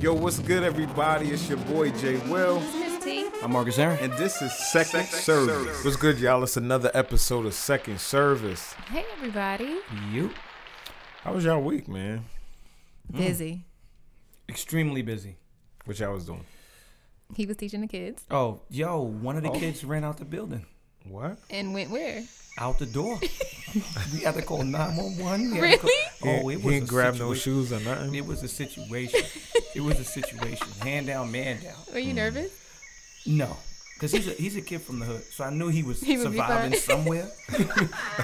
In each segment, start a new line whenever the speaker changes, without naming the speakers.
Yo, what's good, everybody? It's your boy Jay Will,
Miss T.
I'm Marcus Aaron.
and this is Second Service. What's good, y'all? It's another episode of Second Service.
Hey everybody.
You
How was y'all week, man?
Mm. Busy.
extremely busy.
What y'all was doing?
He was teaching the kids
Oh, yo, one of the kids ran out the building,
What?
and went where?
out the door. we had to call nine one one. Oh, it was a situation.
shoes or nothing.
It was a situation. it was a situation. Hand down, man down.
Were you nervous?
No, because he's a, he's a kid from the hood, so I knew he was
He would be
surviving
fine.
somewhere.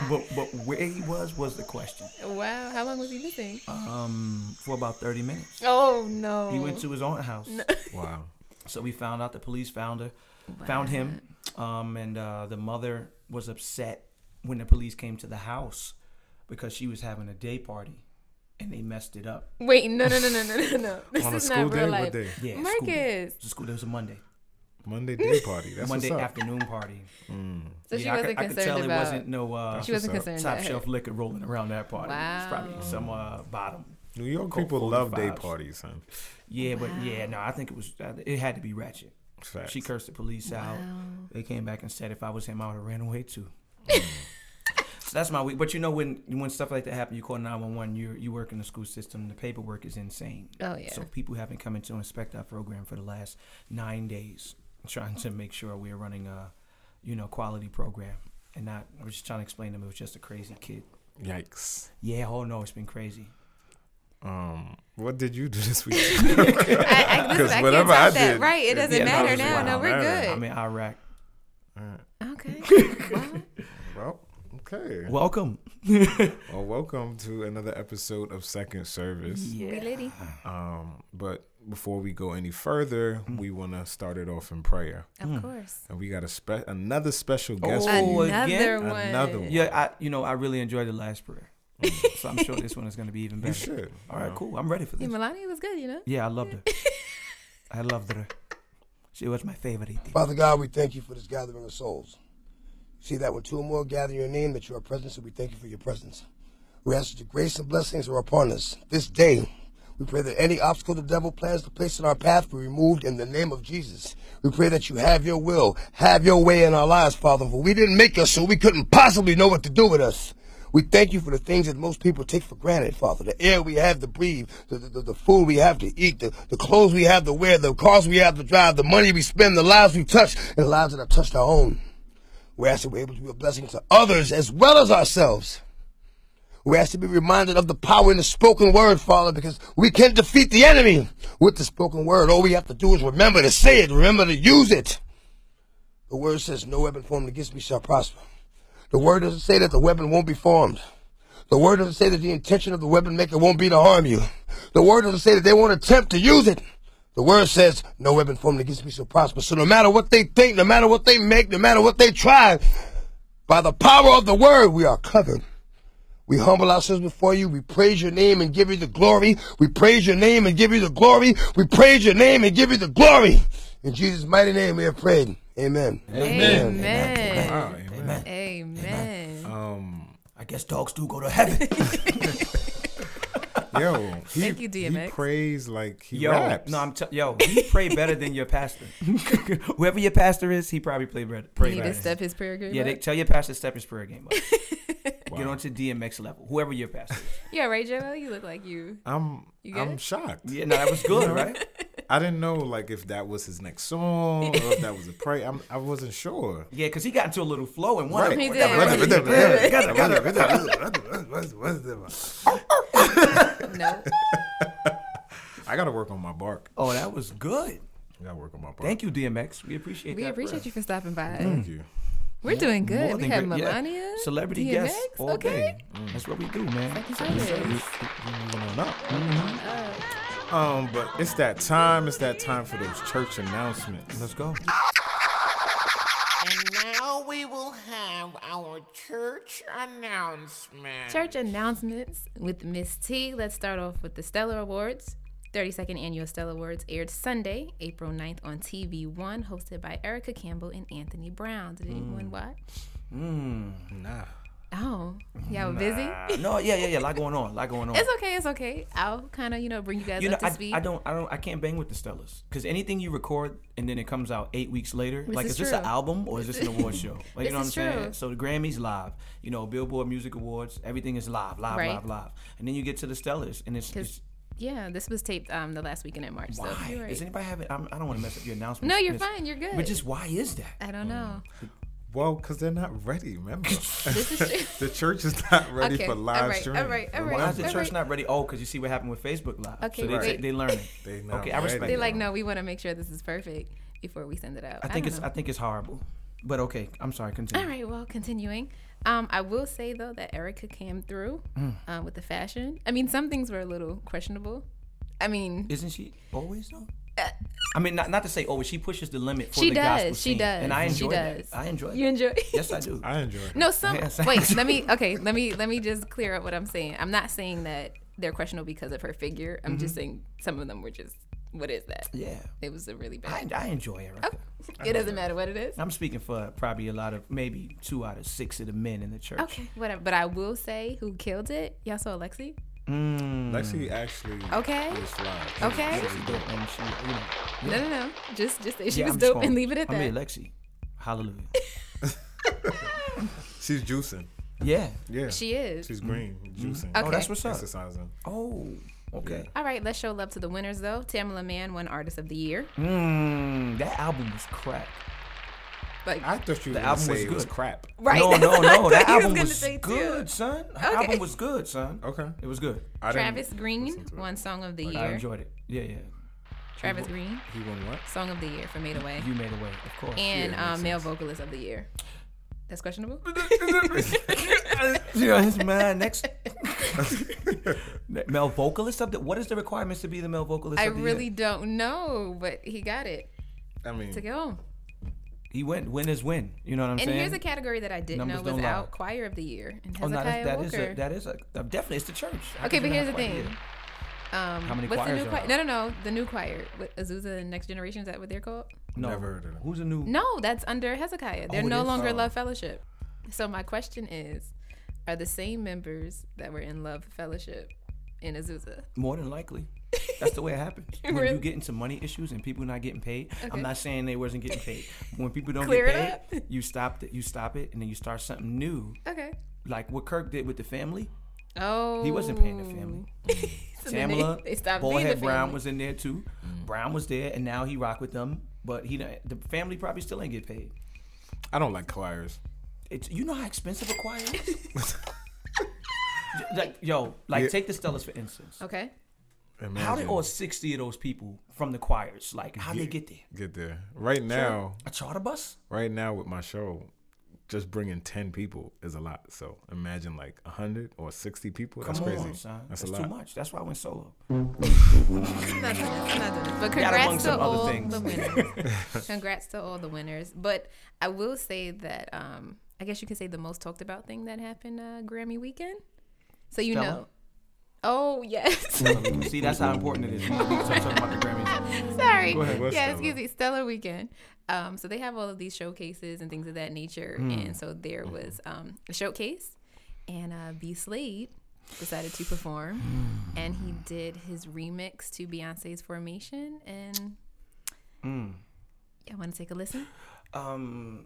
but but where he was was the question.
Wow. How long was he missing?
Um, for about thirty minutes,
Oh no.
he went to his own house.
Wow.
So we found out the police found her, found him, um, and uh, the mother was upset when the police came to the house because she was having a day party, and they messed it up.
Wait, no, no, no, no, no, no, no. This
On a
is
school
not
day,
real
what
life.
day?
Yeah, school day.
Marcus.
It was a school. It was a Monday,
Monday day party. That's
Monday
what's up. Mm.
afternoon party.
So she
Yeah,
wasn't
I could- I could,
concerned
tell
about.
it wasn't no uh,
she wasn't
what's
concerned.
top
about
shelf liquor rolling around that party. It's
Wow.
probably some uh, bottom.
New York
Cold
people love day
45s.
parties, son.
Yeah, but yeah, no, I think it was. uh, It had to be ratchet.
Facts.
She cursed the police out.
Oh.
They came back and said, if I was him, I would have ran away too. so that's my week. But you know, when when stuff like that happens, you call nine one one. You you work in the school system. The paperwork is insane.
Oh, yeah.
So people have been coming to inspect our program for the last nine days, trying to make sure we're running a, you know, quality program, and not. I was just trying to explain to them it was just a crazy kid.
Yikes.
Yeah, oh no, it's been crazy.
Um, what did you do this week?
I, I, listen,
'Cause
I can't
whatever
top
I
that.
did,
right. It doesn't
Yeah, that
matter
was
now.
wild.
No, we're
Matter.
good.
I'm in Iraq.
okay. Well,
well, okay.
Welcome.
Well, welcome to another episode of Second Service.
we lady.
Um, but before we go any further,
Hmm.
we want to start it off in prayer,
Of course.
and we got a spe- another special guest.
Oh,
for you.
again?
Another one.
Another one.
Yeah, I you know I really enjoyed the last prayer, so I'm sure this one is going to be even
You
better.
should.
All right, cool. I'm ready for
Yeah,
this.
Melania was good, you know.
Yeah, I loved her. I loved her. She was my favorite. E
Father God, we thank you for this gathering of souls. See that when two or more gather in your name, that you are present, so we thank you for your presence. We ask that your grace and blessings are upon us. This day, we pray that any obstacle the devil plans to place in our path be removed in the name of Jesus. We pray that you have your will, have your way in our lives, Father, for we didn't make us, so we couldn't possibly know what to do with us. We thank you for the things that most people take for granted, Father. The air we have to breathe, the, the, the food we have to eat, the, the clothes we have to wear, the cars we have to drive, the money we spend, the lives we touch, and the lives that have touched our own. We ask that we're able to be a blessing to others as well as ourselves. We ask to be reminded of the power in the spoken word, Father, because we can defeat the enemy with the spoken word. All we have to do is remember to say it, remember to use it. The word says, No weapon formed against me shall prosper. The word doesn't say that the weapon won't be formed. The word doesn't say that the intention of the weapon maker won't be to harm you. The word doesn't say that they won't attempt to use it. The word says, no weapon formed against me shall prosper. So no matter what they think, no matter what they make, no matter what they try, by the power of the word, we are covered. We humble ourselves before you. We praise your name and give you the glory. We praise your name and give you the glory. We praise your name and give you the glory. In Jesus' mighty name we have prayed. Amen.
Amen.
Wow, amen.
Amen.
Um,
I guess dogs do go to heaven.
yo, he,
Thank you,
He
DMX.
prays like he
Yo,
raps.
no, I'm t- yo. He pray better than your pastor. Whoever your pastor is, he probably play better.
You
Pray
need
better.
to step his prayer group.
yeah,
up.
they, tell your pastor to step his prayer game up.
Wow.
Get on to DMX level. Whoever your pastor. Is.
Yeah, right, Joel? You look like you.
I'm
You good?
I'm shocked.
Yeah, no, that was good, right?
I didn't know like if that was his next song or if that was a prayer. I'm, I wasn't sure.
Yeah, because he got into a little flow and one.
Right.
He did. No.
I gotta work on my bark.
Oh, that was good.
I gotta work on my bark.
Thank you, DMX. We appreciate
We
that.
appreciate you for stopping by.
Thank you.
We're doing good.
Mm, More
We
than
have
great- yeah.
Melania.
Celebrity
DMX,
guests all
okay. Mm.
day. That's what we do, man.
Thank you so much.
Moving on up. Um, but it's that time. It's that time for those church announcements.
Let's go.
And now we will have our church announcement.
Church announcements with Miss T. Let's start off with the Stellar Awards. 32nd Annual Stellar Awards aired Sunday, April 9th on TV1,
Mm.
hosted by Erica Campbell and Anthony Brown. Did anyone watch?
Nah.
Oh, y'all busy?
No, yeah, yeah, yeah. A lot going on. A lot going on.
It's okay. It's okay. I'll kind of you know bring you guys
you know,
up to
I,
speed.
I don't, I don't, I can't bang with the Stellas because anything you record and then it comes out eight weeks later, like
is
is, this an
true.
album or is this an award show?
This
Like you know what I'm
is true.
saying? So the Grammys live, you know, Billboard Music Awards, everything is live, live,
Right.
live, live, and then you get to the Stellas and it's,
'Cause
it's
yeah, this was taped um the last weekend in March. So
why?
you're right.
Does anybody have it? I'm, I don't want to mess up your announcement.
No, you're fine. You're good.
But just why is that?
I don't know.
Well, because they're not ready, remember?
This is true.
the church is not ready
Okay,
for live
all right,
streaming.
all right, all
Remember?
right.
Why is the
Right.
church not ready? Oh, because you see what happened with Facebook Live.
Okay,
so they,
wait.
they learning.
They not
okay, I respect.
ready.
They're
that.
like, no, we want to make sure this is perfect before we send it out.
I think
don't
it's,
know.
I think it's horrible. But okay, I'm sorry. Continue.
All right, well, continuing. Um, I will say though that Erica came through
Mm.
uh, with the fashion. I mean, some things were a little questionable. I mean,
Isn't she always though? I mean, not, not to say always. She pushes the limit for
Uh, She
the
does,
gospel
she
scene,
does,
and I
she
enjoy
does.
that. I enjoy.
you
that.
enjoy.
Yes, I do.
I enjoy it.
no, some.
Yes, I
wait,
do.
let me. Okay, let me let me just clear up what I'm saying. I'm not saying that they're questionable because of her figure. I'm
Mm-hmm.
just saying some of them were just. What is that?
yeah,
It was a really
I,
bad.
I enjoy Erica.
it doesn't matter what it is.
I'm speaking for probably a lot of maybe two out of six of the men in the church.
Okay, whatever. But I will say who killed it. Y'all saw Alexi.
Mm,
Lexi actually
Okay.
was live.
Okay.
She dope, and she, you know,
No, no, no. Just just say she
yeah,
was
I'm just
dope
gonna-
and leave it at
I
that.
mean, Lexi, hallelujah.
She's juicing.
yeah.
Yeah.
she is.
She's green, juicing,
Okay.
Oh, that's what's up.
exercising.
Oh, okay.
All right, let's show love to the winners though. Tamala Mann won Artist of the Year.
Mm, that album was crap.
Like,
I thought you were
The
gonna
album
say
was
it was
good.
crap.
right?
No,
that's
no,
what I
no. That
thought you
album
gonna
was,
say, too.
good, son. Her
Okay.
album was good, son.
Okay.
It was good.
I didn't-
Travis Green
to it.
won Song of the
I
Year.
enjoyed it. Yeah, yeah.
Travis Green,
He won what?
Song of the Year for Made Away,
You made a way, of course.
and
yeah,
um, Male Vocalist of the Year. That's questionable.
you know, his man next male vocalist of the what is the requirements to be the male vocalist
I
of the
really
year?
don't know, but he got it
I mean,
to go home.
he went win is win you know what i'm
And
saying
here's a category that I didn't
Numbers
know
don't
was
lie.
out: Choir of the Year and
oh no
Hezekiah
that, that is
Walker.
a that is a definitely it's the church How
Okay,
could
but
you not
here's the
quite
thing.
be it?
um,
How many
what's the
choirs
new
are
choir?
out?
No, no, no, the new choir. What, Azusa and Next Generation is that what they're called?
no
Never heard of them.
who's a new
No, that's under Hezekiah. They're
Oh, it
no
is?
longer
Oh.
Love Fellowship. So my question is, are the same members that were in Love Fellowship in Azusa?
more than likely that's the way it happens when
Really?
you get into money issues and people not getting paid
Okay.
i'm not saying they wasn't getting paid when people don't
Clear it
get paid you stop it you stop it and then you start something new
Okay.
like what kirk did with the family
Oh.
he wasn't paying the family
So then they-
Tamala,
They stopped being the
Ballhead Brown
family.
was in there too.
Mm.
Brown was there, and now he rock with them. But he, don't- the family probably still ain't get paid.
I don't like choirs.
It's you know how expensive a choir is. like yo, like
Yeah.
take the Stellas for instance.
Okay.
Imagine.
How did all sixty of those people from the choirs like how they get there?
get there right now?
A charter bus?
Right now with my show, just bringing ten people is a lot. So imagine like hundred or sixty people. That's
Come
crazy.
on, son.
That's,
That's,
a
too
lot.
much. That's why I went solo.
I'm not doing this, I'm not doing this. But
Got
congrats
among
to
some other
all
things.
the winners. congrats to all the winners. But I will say that um, I guess you could say the most talked about thing that happened uh, Grammy weekend. So you
Stella?
know. Oh yes.
See, that's how important it is. Start talking about the Grammys.
Sorry.
ahead. What's
Yeah,
Stellar?
excuse me. Stellar Weekend. Um, so they have all of these showcases and things of that nature.
Hmm.
And so
Mm-hmm.
there was um, a showcase, and uh, B Slade decided to perform,
Hmm.
and he did his remix to Beyonce's Formation. And
Hmm.
yeah, want to take a listen?
Um,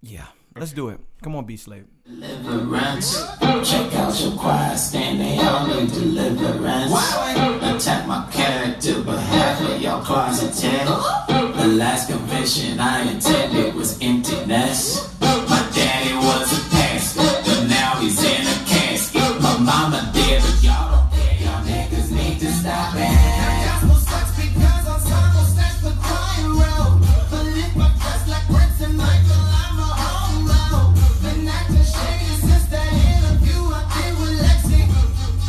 yeah, let's do it. Come on, B Slave.
deliverance. Check out your choir standing on the deliverance. Attack my character, but half of y'all choirs attack. The last convention I attended was emptiness. My daddy was a pastor, but now he's in a casket. My mama dead, but y'all don't care. Y'all niggas need to stop it. Gospel sucks because ensemble stacks the choir row. The lip my dress like Prince and Michael, I'm a homo. Been acting shady since that interview I did with Lexi.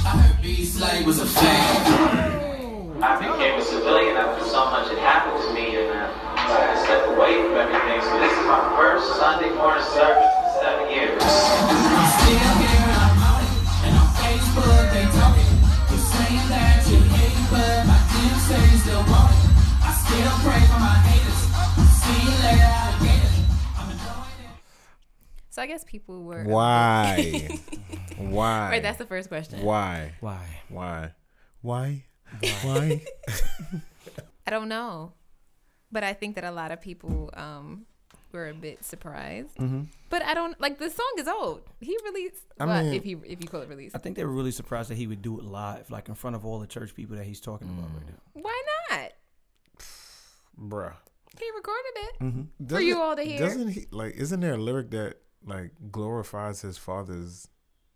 I heard B-Slay was a fan.
I became a civilian after so much had happened to me, and uh, so I had to step away from everything. So this is my first Sunday morning service in seven years.
Still here, I'm on it. And on Facebook, they talking. You're saying that you hate it, but my team say you still want it. I still pray for my haters. See you later, alligator. I'm enjoying it.
So So I guess people were
Why? Why?
Right, that's the first question.
Why?
Why?
Why? Why? Why?
I don't know, but I think that a lot of people um, were a bit surprised.
Mm-hmm.
But I don't like the song is old. He released
I
well,
mean-
if he if you call it release,
I think they were really surprised that he would do it live, like in front of all the church people that he's talking about right
Mm.
now.
why not?
Bruh.
He recorded it.
Doesn't-
you all to hear.
Doesn't he like isn't there a lyric that like glorifies his father's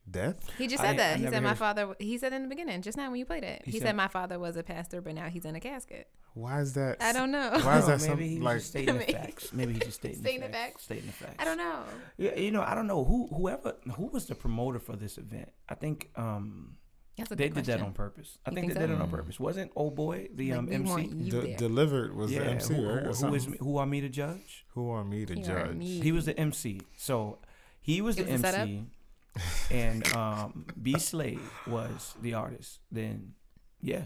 death?
He just
I-
said that.
I
he
never
said my
heard-
father. He said in the beginning, just now when you played it, he, said,
said-
my father was a pastor, but now he's in a casket.
Why is that
I don't know.
Why is
No,
that
maybe
something
he was
like
just stating the
Maybe-
facts. Maybe he just stating,
Stating the
the facts.
facts.
Stating the facts.
I don't know.
Yeah, you know, I don't know who whoever who was the promoter for this event. I think um
That's a
they
good
did that
question.
on purpose. I
You
think,
think
they did
so?
it on purpose. Wasn't old boy the
Like,
um
we want
MC?
you
De-
there.
delivered was the
Yeah,
MC, right?
who, who-
Or
who is
something?
me, who are me to judge?
Who are me to
You are
judge?
me.
He was the MC. So he was
It
the
was a setup?
MC, and um B Slade was the artist. Then yeah,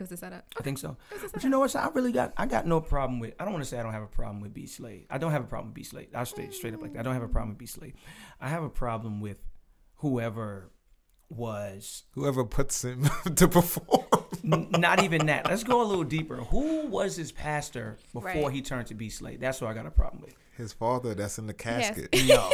It was a setup.
I think so. But you know what? So I really got I got no problem with. I don't want to say I don't have a problem with B Slade. I don't have a problem with B Slade. I'll stay straight up like that. I don't have a problem with B Slade. I have a problem with whoever was
Whoever puts him to perform.
n- not even that. Let's go a little deeper. Who was his pastor before
Right.
he turned to B Slade? That's what I got a problem with.
His father that's in the casket.
No.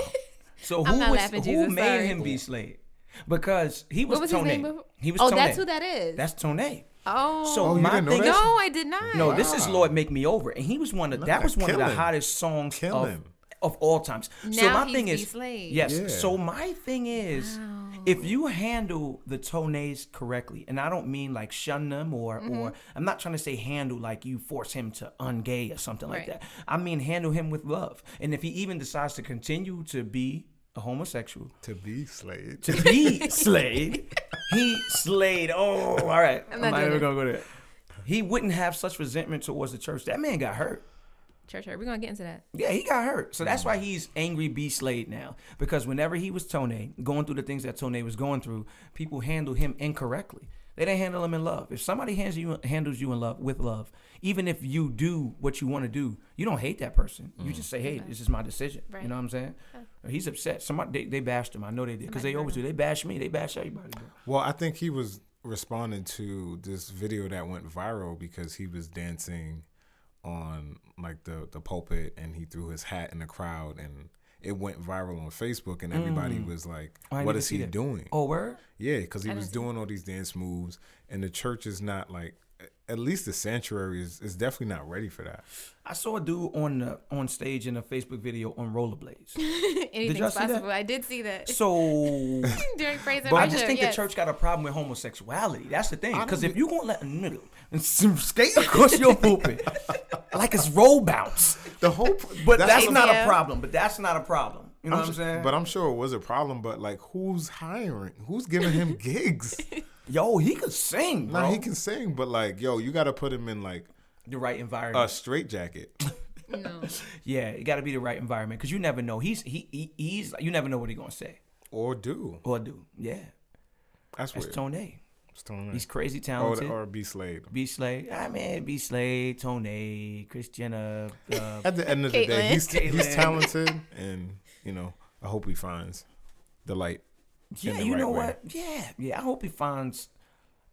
So
I'm
who
not
was
laughing,
who
Jesus,
made
sorry.
him B Slade? Because he was,
What was his
Tone.
name? before?
He was
Oh,
Tone.
that's who that is.
That's Tone.
oh.
So
you
my
didn't know
thing
that?
no, I did not.
No, this is
Wow.
Lord Make Me Over, and he was one of
Look
that
at
was one of the
Killing.
hottest songs of,
Killing.
of all times. so
Now
my
he's
thing is,
Beast Slade.
yes.
Yeah.
So my thing is, if you handle the tonays correctly, and I don't mean like shun them or
Mm-hmm.
or I'm not trying to say handle like you force him to ungay or something like
Right.
that. I mean handle him with love, and if he even decides to continue to be a homosexual,
To be slayed.
to be slayed. He slayed. Oh, all right. I'm
not
not,
doing
even
it.
gonna go there. He wouldn't have such resentment towards the church. That man got hurt.
Church hurt. We're gonna get into that.
Yeah, he got hurt. So that's why he's angry B Slade now. Because whenever he was Tone, going through the things that Tone was going through, people handled him incorrectly. They didn't handle him in love. If somebody hands you handles you in love with love, even if you do what you want to do, you don't hate that person. You just say, "Hey, this is my decision."
Right.
You know what I'm saying? Uh, He's upset. Somebody they, they bashed him. I know they did because they always do. They bash me. They bash everybody. bro.
Well, I think he was responding to this video that went viral because he was dancing on like the the pulpit and he threw his hat in the crowd and it went viral on Facebook and everybody was like,
Mm. I
"What
didn't
is
see
he
that.
doing?"
Oh, word.
Yeah, because he was doing all these dance moves and the church is not like, at least the sanctuary is is definitely not ready for that.
I saw a dude on the, on stage in a Facebook video on rollerblades. y'all
Anything's
see that?
possible. I did see that
So,
during praise and
but I
worship.
just think
yes.
the church got a problem with homosexuality. That's the thing. Because
don't
if you gonna let a nigga and some skate across your pulpit like it's roll bounce,
The whole,
but that's, not
Yeah.
a problem. But that's not a problem. You know what I'm saying?
But I'm sure it was a problem. But like, who's hiring? Who's giving him gigs?
Yo, he could sing, bro.
Now he can sing, but like, yo, you got to put him in like
the right
a
environment.
straight jacket.
yeah, it got to be the right environment because you never know. He's he, he he's you never know what he's gonna say
Or do.
or do. Yeah,
That's
that's
weird.
Tone.
It's Tony.
He's crazy
or,
talented.
or be Slade.
B Slade. I mean, B Slade, Tone, Chris Jenner. Uh,
At the end of the day,
Caitlyn.
he's, he's
Caitlyn.
talented, and you know, I hope he finds the light.
yeah,
the
you
right
know
way.
what? Yeah, yeah. I hope he finds.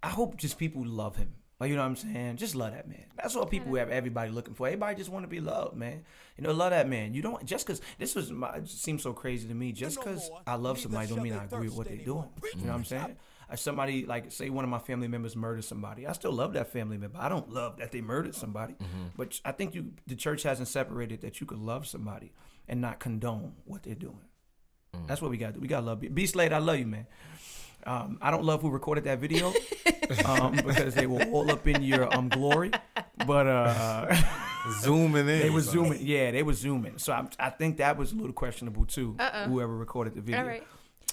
I hope just people love him. Like you know what I'm saying? Just love that man. That's what people have. Everybody looking for. Everybody just want to be loved, man. You know, love that man. You don't just because this was my, it seems so crazy to me. Just because I love somebody don't mean I agree with what they're doing. You know what I'm saying? If somebody like say one of my family members murdered somebody, I still love that family member. I don't love that they murdered somebody,
Mm-hmm.
but I think you the church hasn't separated that you could love somebody and not condone what they're doing. That's what we got. to do. We got to love. B- B Slade, I love you, man. Um, I don't love who recorded that video um, because they were all up in your um, glory, but uh,
Zooming in.
they were zooming. Yeah, they were zooming. So I, I think that was a little questionable too. Whoever recorded the video.
All right.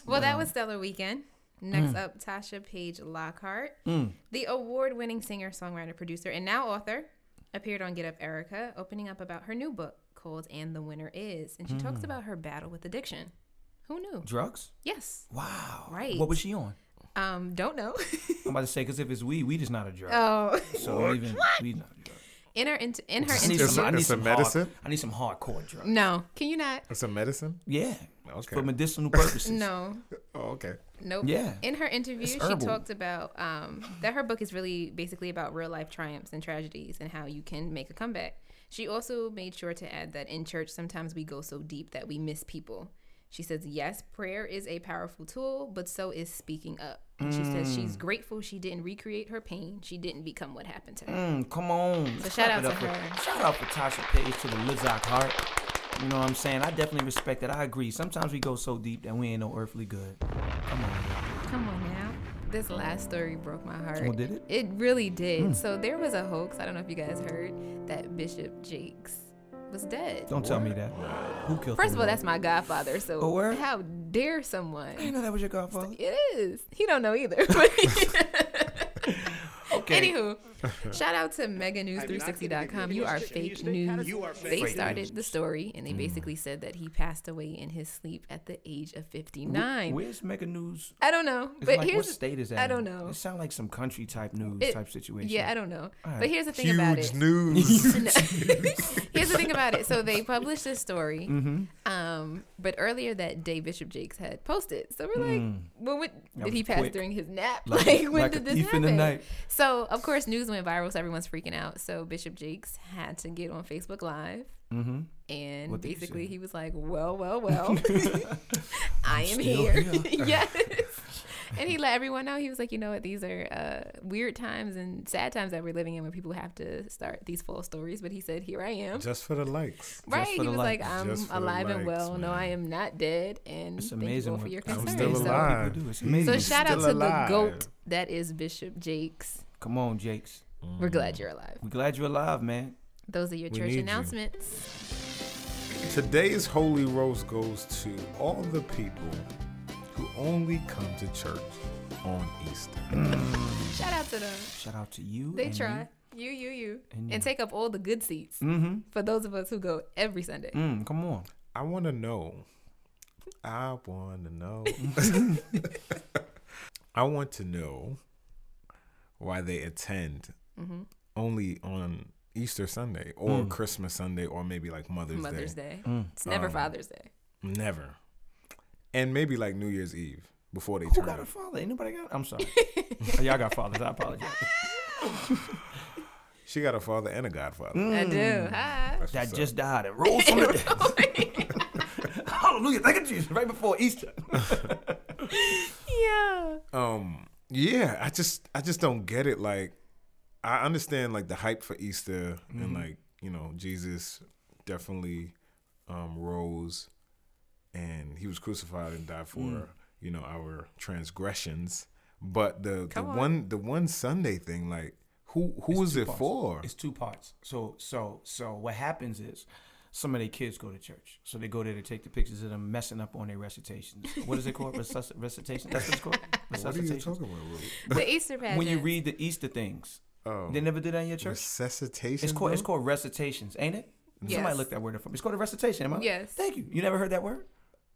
Well, that was Stellar Weekend. Next up, Tasha Page Lockhart, the award winning singer, songwriter, producer, and now author, appeared on Get Up Erica, opening up about her new book called And the Winner Is. And she talks about her battle with addiction. Who knew?
Drugs.
Yes.
Wow.
Right.
What was she on?
Um, don't know.
I'm about to say because if it's weed, weed is not a drug.
oh.
so don't even weed not a drug.
In her in, in her
I need
interview.
It's a-
some, I need
it's a
some hard-
medicine?
I need some hardcore drug.
No, can you not?
It's a medicine.
Yeah.
Okay.
for medicinal purposes.
No,
oh, okay.
nope.
Yeah.
In her interview,
It's
she
herbal.
talked about um, that her book is really basically about real life triumphs and tragedies and how you can make a comeback. She also made sure to add that in church, sometimes we go so deep that we miss people. She says, yes, prayer is a powerful tool, but so is speaking up. And she says she's
Mm.
grateful she didn't recreate her pain. She didn't become what happened to her.
Mm, come on.
So
Clap
shout out
it
to
up for-
her.
Shout out for Tasha Page to the Lizak heart. You know what I'm saying? I definitely respect that. I agree. Sometimes we go so deep that we ain't no earthly good. Come on. y'all.
Come on now. This last story broke my heart.
Mm. Oh, did it? Mm.
It really did. So there was a hoax, I don't know if you guys heard, that Bishop Jakes was dead.
Don't tell me that. Who
First
killed the
of all,
Lord?
that's my godfather. So
Oh, word?
how dare
I didn't
someone?
know that was your godfather.
It is. He don't know either. but-
Okay.
Anywho, shout out to meganews360.com. You are fake news. They started the story
Mm.
and they basically said that he passed away in his sleep at the age of 59.
Where's Mega News?
I don't know.
It's
But
like,
here's
what state is that?
I
in?
don't know.
It sounds like some country type news
It-
type situation.
Yeah, I don't know.
Alright.
But here's the thing about
Huge
it.
news.
No. here's the thing about it. So they published this story,
Mm-hmm.
um, but earlier that day Bishop Jakes had posted. So we're like, well, what, did
Mm. was
he pass
quick.
during his nap?
Like-
Like, when
like a
did this
thief in
happen?
the night.
So of course news went viral, so everyone's freaking out. So Bishop Jakes had to get on Facebook Live. And
Mm-hmm. What did he
basically,
say?
he was like, "Well, well, well, I am
still
here."
here.
yes, and he let everyone know he was like, you know what, these are uh, weird times and sad times that we're living in when people have to start these false stories. But he said, here I am.
Just for the likes.
right?
for
He
the
was like,
likes.
I'm
Just for the
alive and
likes,
well. No,
man.
I am not dead. And
It's
thank
amazing
you all for
what-
your
I'm
concern.
still
so,
alive.
People do. It's amazing.
so shout out
Still
to
alive.
the goat that is Bishop Jakes.
Come on, Jakes.
We're glad you're alive.
We're glad you're alive, man.
Those are your
We
church
need you.
announcements.
Today's Holy Roast goes to all the people who only come to church on Easter.
Shout out to them.
Shout out to you.
They
and
try. You, you, you.
And
And,
you. Mm-hmm.
take up all the good seats for those of us who go every Sunday.
you. Mm, come on.
I want to know. I want to know. I want to know why they attend
Mm-hmm.
only on Easter Sunday or Christmas Sunday or maybe like Mother's,
Mother's
Day.
Day.
Mm.
It's never
Um,
Father's Day.
Never. And maybe like New Year's Eve before they
Who
turn
got a
up.
father? Anybody got? I'm sorry. Oh, y'all got fathers. I apologize.
She got a father and a godfather.
Hmm?
I do.
Mm.
Hi.
That's
that
what's up.
just died and rose from the dead. Hallelujah. Thank you, Jesus. Right before Easter.
Yeah.
um yeah i just i just don't get it like i understand like the hype for easter
Hmm.
and like you know jesus definitely um rose and he was crucified and died for
Hmm.
you know our transgressions but the the
Come on.
one the one sunday thing like who who is
two
it
parts.
for
It's two parts. So so so what happens is some of their kids go to church. So they go there to take the pictures of them messing up on their recitations. What is it called? Resus- recitation? That's what it's called?
what are you
Resuscitation?
talking about Ruth?
The Easter pageant.
When you read the Easter things.
Oh.
They never did that in your church?
resuscitation
It's called it's
bro?
called recitations, ain't it? Somebody
Yes.
look that word up for me. It's called a recitation, am I?
Yes.
Thank you. You never heard that word?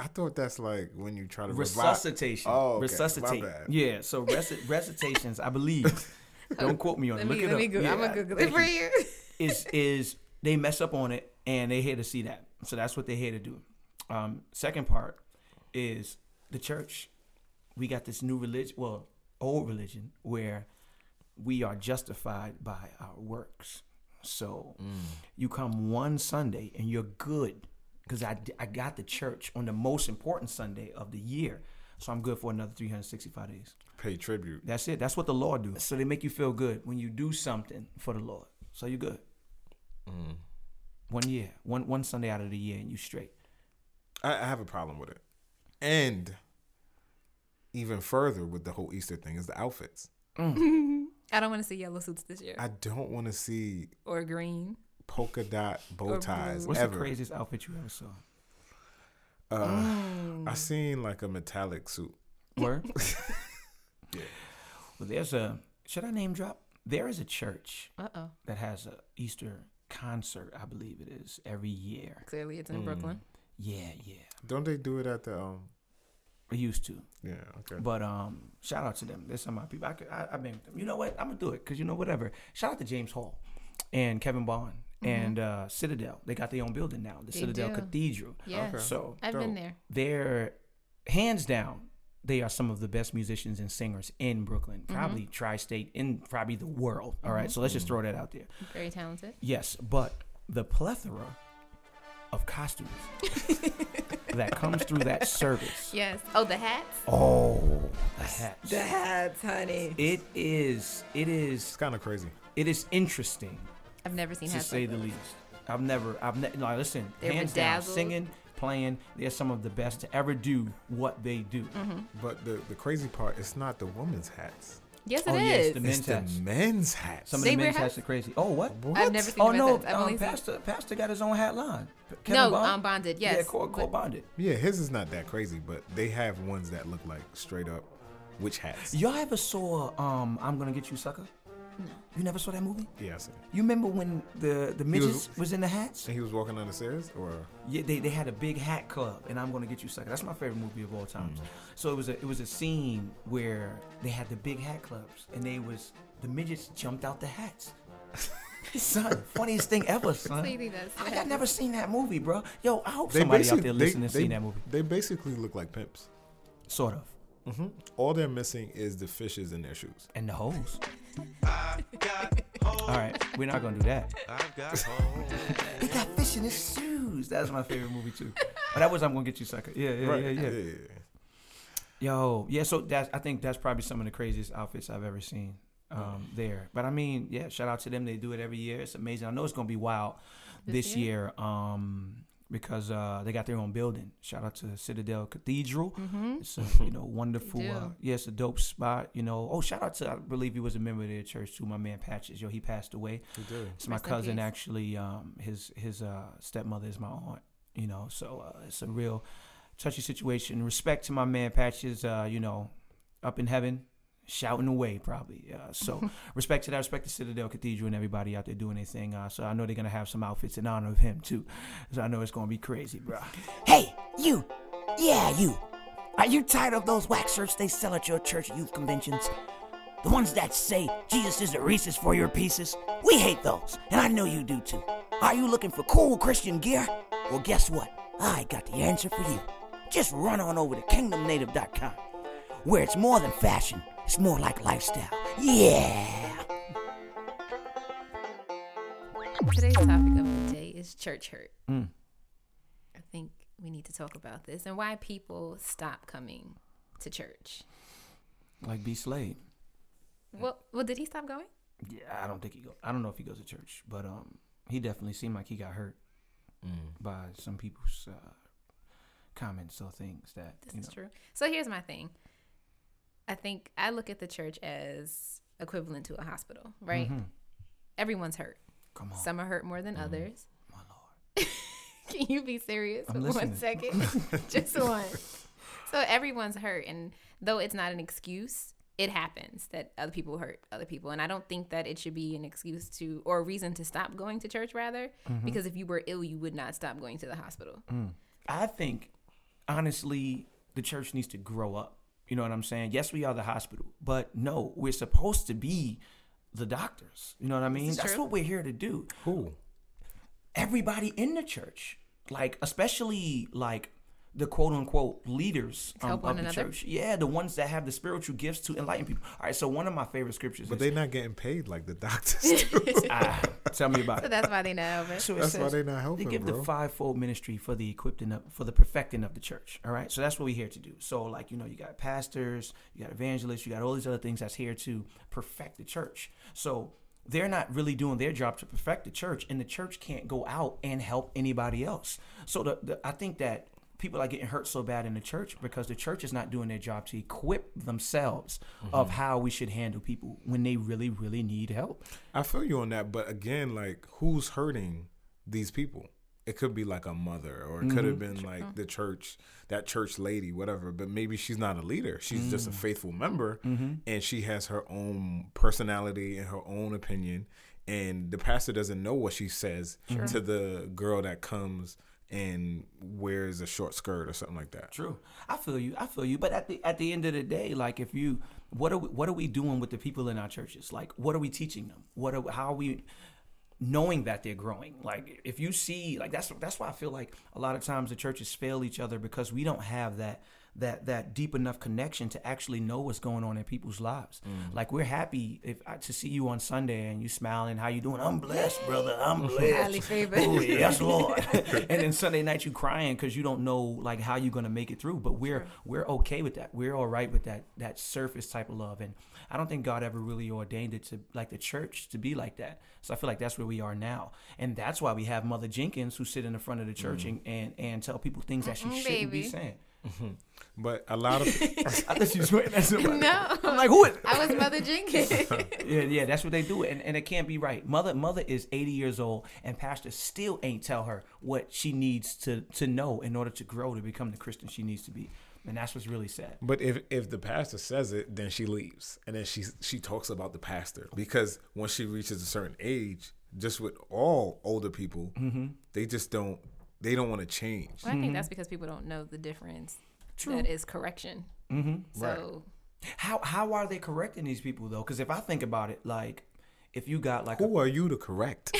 i thought that's like when you try to revive-
Resuscitation.
oh okay.
Resuscitate.
My bad.
Yeah. So reci- recitations, I believe. Don't quote me on
Let
it. Look
me,
it
let
up.
me go.
Yeah,
I'm gonna Google it
thank
for
you.
you.
is is they mess up on it and they here to see that. So that's what they here to do. Um, second part is the church. We got this new religion, well, old religion, where we are justified by our works. So you come one Sunday and you're good because I, I got the church on the most important Sunday of the year. So I'm good for another 365 days.
pay tribute
That's it. That's what the law do. So they make you feel good when you do something for the Lord. So you're good. One year, one one Sunday out of the year, and you straight.
I, I have a problem with it. And even further with the whole Easter thing is the outfits.
I don't want to see yellow suits this year
I don't want to see
or green.
polka dot bow
Or
ties
blue.
What's
ever.
the craziest outfit you ever saw?
Uh, I seen like a metallic suit.
Word. Well, there's a. Should I name drop? There is a church
Uh oh.
that has a Easter concert. I believe it is every year.
Clearly, it's in
Mm.
Brooklyn.
Yeah, yeah.
Don't they do it at the um?
We used to.
Yeah, okay.
But um, shout out to them. There's some of my people. I could, I, I've been with them. You know what? I'm gonna do it because you know whatever. Shout out to James Hall and Kevin Bond and uh, Citadel. They got their own building now,
Mm-hmm.
the
They
Citadel
do.
Cathedral.
Yes. Okay.
So
I've been there.
they're hands down, they are some of the best musicians and singers in Brooklyn,
Mm-hmm.
probably tri-state, in probably the world. All right, so let's just throw that out there.
Very talented.
Yes, but the plethora of costumes that comes through that service.
Yes. Oh, the hats.
Oh, the hats.
That's honey.
It is. It is.
It's kind of crazy.
It is interesting
I've never seen
to
hats.
say
like
the
that.
least. I've never. I've never. No, listen.
They're
hands down,
bedazzled.
singing, playing. They're some of the best to ever do what they do.
Mm-hmm.
But the, the crazy part, it's not the women's hats.
Yes, it
Oh, yeah, it's
is.
the
It's
men's hats.
the men's hats.
Some of
They
the
wear
men's
hats?
hats are crazy. Oh, what?
I've never seen
Oh
the
no,
methods. I've
um,
only seen-
pastor, pastor got his own hat line. Kevin
No,
Bond?
um, Bonded,
Yeah,
yes,
called, called
but-
bonded.
yeah, his is not that crazy, but they have ones that look like straight up witch hats.
Y'all ever saw um, I'm gonna get you, sucker? No. You never saw that movie?
Yeah, I see.
You remember when the the midgets was,
was-
in the hats?
And he was walking down the stairs, or
Yeah, they, they had a big hat club, and I'm gonna get you sucker. That's my favorite movie of all times. So it was a it was a scene where they had the big hat clubs, and they was the midgets jumped out the hats. son, funniest thing ever, son.
Clearly that's what
I, I
happened.
never seen that movie, bro. Yo, I hope somebody out there listening and seen that movie.
They basically look like pimps.
Sort of.
All they're missing is the fishes in their shoes.
And the hoes. All right, we're not gonna do that. He got fish in his shoes. That's my favorite movie too. But that was I'm gonna get you, sucker. Yeah, yeah, yeah, yeah.
Mm.
Yo, yeah. So that's I think that's probably some of the craziest outfits I've ever seen um, there. But I mean, yeah. Shout out to them. They do it every year. It's amazing. I know it's gonna be wild this, year. um, because uh, they got their own building. Shout out to Citadel Cathedral. It's a you know wonderful.
They do.
Uh, yeah, it's a dope spot. You know. Oh, shout out to I believe he was a member of their church too. My man Patches. Yo, he passed away. He did. It's my
Rest in
cousin
peace.
actually. Um, his his uh, stepmother is my aunt. You know, so uh, it's a real touchy situation. Respect to my man Patches. Uh, you know, up in heaven, shouting away probably. Uh, so respect to that. Respect to Citadel Cathedral and everybody out there doing their thing. Uh, so I know they're gonna have some outfits in honor of him too. So I know it's gonna be crazy, bro.
Hey, you! Yeah, you! Are you tired of those wax shirts they sell at your church youth conventions? The ones that say Jesus is the Reese's for your pieces? We hate those, and I know you do too. Are you looking for cool Christian gear? Well, guess what? I got the answer for you. Just run on over to kingdomnative.com, where it's more than fashion, it's more like lifestyle. Yeah!
Today's topic of the day is church hurt.
Mm.
I think we need to talk about this and why people stop coming to church.
Like B Slade.
Well, well, did he stop going?
Yeah, I don't think he go. I don't know if he goes to church, but um, he definitely seemed like he got hurt Mm. by some people's uh, comments or things that
This
you know.
is true. So here's my thing. I think I look at the church as equivalent to a hospital, right?
Mm-hmm.
Everyone's hurt.
Come on,
Some are hurt more than others.
Mm-hmm. my lord.
Can you be serious
I'm
for one
listening.
second? Just one. So everyone's hurt, and though it's not an excuse, it happens that other people hurt other people, and I don't think that it should be an excuse to or a reason to stop going to church. Rather,
Mm-hmm.
because if you were ill, you would not stop going to the hospital.
Mm. I think honestly, the church needs to grow up. You know what I'm saying? Yes, we are the hospital, but no, we're supposed to be the doctors. You know what I mean?
is
That's
true.
what we're here to do.
Who?
everybody in the church, like especially like the quote unquote leaders um,
help
of
one
the
another.
church. Yeah, the ones that have the spiritual gifts to enlighten people. All right, so one of my favorite scriptures.
But
is,
they're not getting paid like the doctors. do.
ah, tell me about
So
it.
that's why they know. But
So it
That's why
says
they not
They
helping,
give the
bro.
fivefold ministry for the equipping of, for the perfecting of the church. All right, so that's what we're here to do. So like you know, you got pastors, you got evangelists, you got all these other things that's here to perfect the church. So they're not really doing their job to perfect the church, and the church can't go out and help anybody else. So the, the I think that people are getting hurt so bad in the church because the church is not doing their job to equip themselves of how we should handle people when they really really need help.
I feel you on that, but again, like who's hurting these people? It could be like a mother, or it could have been like the church, that church lady, whatever. But maybe she's not a leader; she's just a faithful member, and she has her own personality and her own opinion. And the pastor doesn't know what she says to the girl that comes and wears a short skirt or something like that.
True. I feel you. I feel you. But at the at the end of the day, like if you what are we, what are we doing with the people in our churches? Like what are we teaching them? What are how are we knowing that they're growing. Like if you see, like that's that's why I feel like a lot of times the churches fail each other because we don't have that that that deep enough connection to actually know what's going on in people's lives. Like we're happy if to see you on Sunday and you smiling, how you doing? I'm blessed, brother. I'm
Highly
blessed.
favored.
Oh yes, Lord. and then Sunday night you crying because you don't know like how you're gonna make it through. But we're we're okay with that. We're all right with that that surface type of love. And I don't think God ever really ordained it to like the church to be like that. So I feel like that's where we are now. And that's why we have Mother Jenkins who sit in the front of the church and, and and tell people things that she
Mm. Mm-mm,
shouldn't
baby.
be saying.
But a lot of
I thought she was waiting at somebody.
No.
I'm like, who is
I was Mother Jenkins.
Yeah, yeah, that's what they do, and, and it can't be right. Mother, mother is eighty years old, and pastor still ain't tell her what she needs to to know in order to grow to become the Christian she needs to be, and that's what's really sad.
But if if the pastor says it, then she leaves, and then she she talks about the pastor because once she reaches a certain age, just with all older people,
Mm-hmm.
they just don't they don't want to change.
Well, I think that's because people don't know the difference. That is correction. Mm-hmm. So
How how are they correcting these people though? Because if I think about it, like if you got like a
Who are you to correct?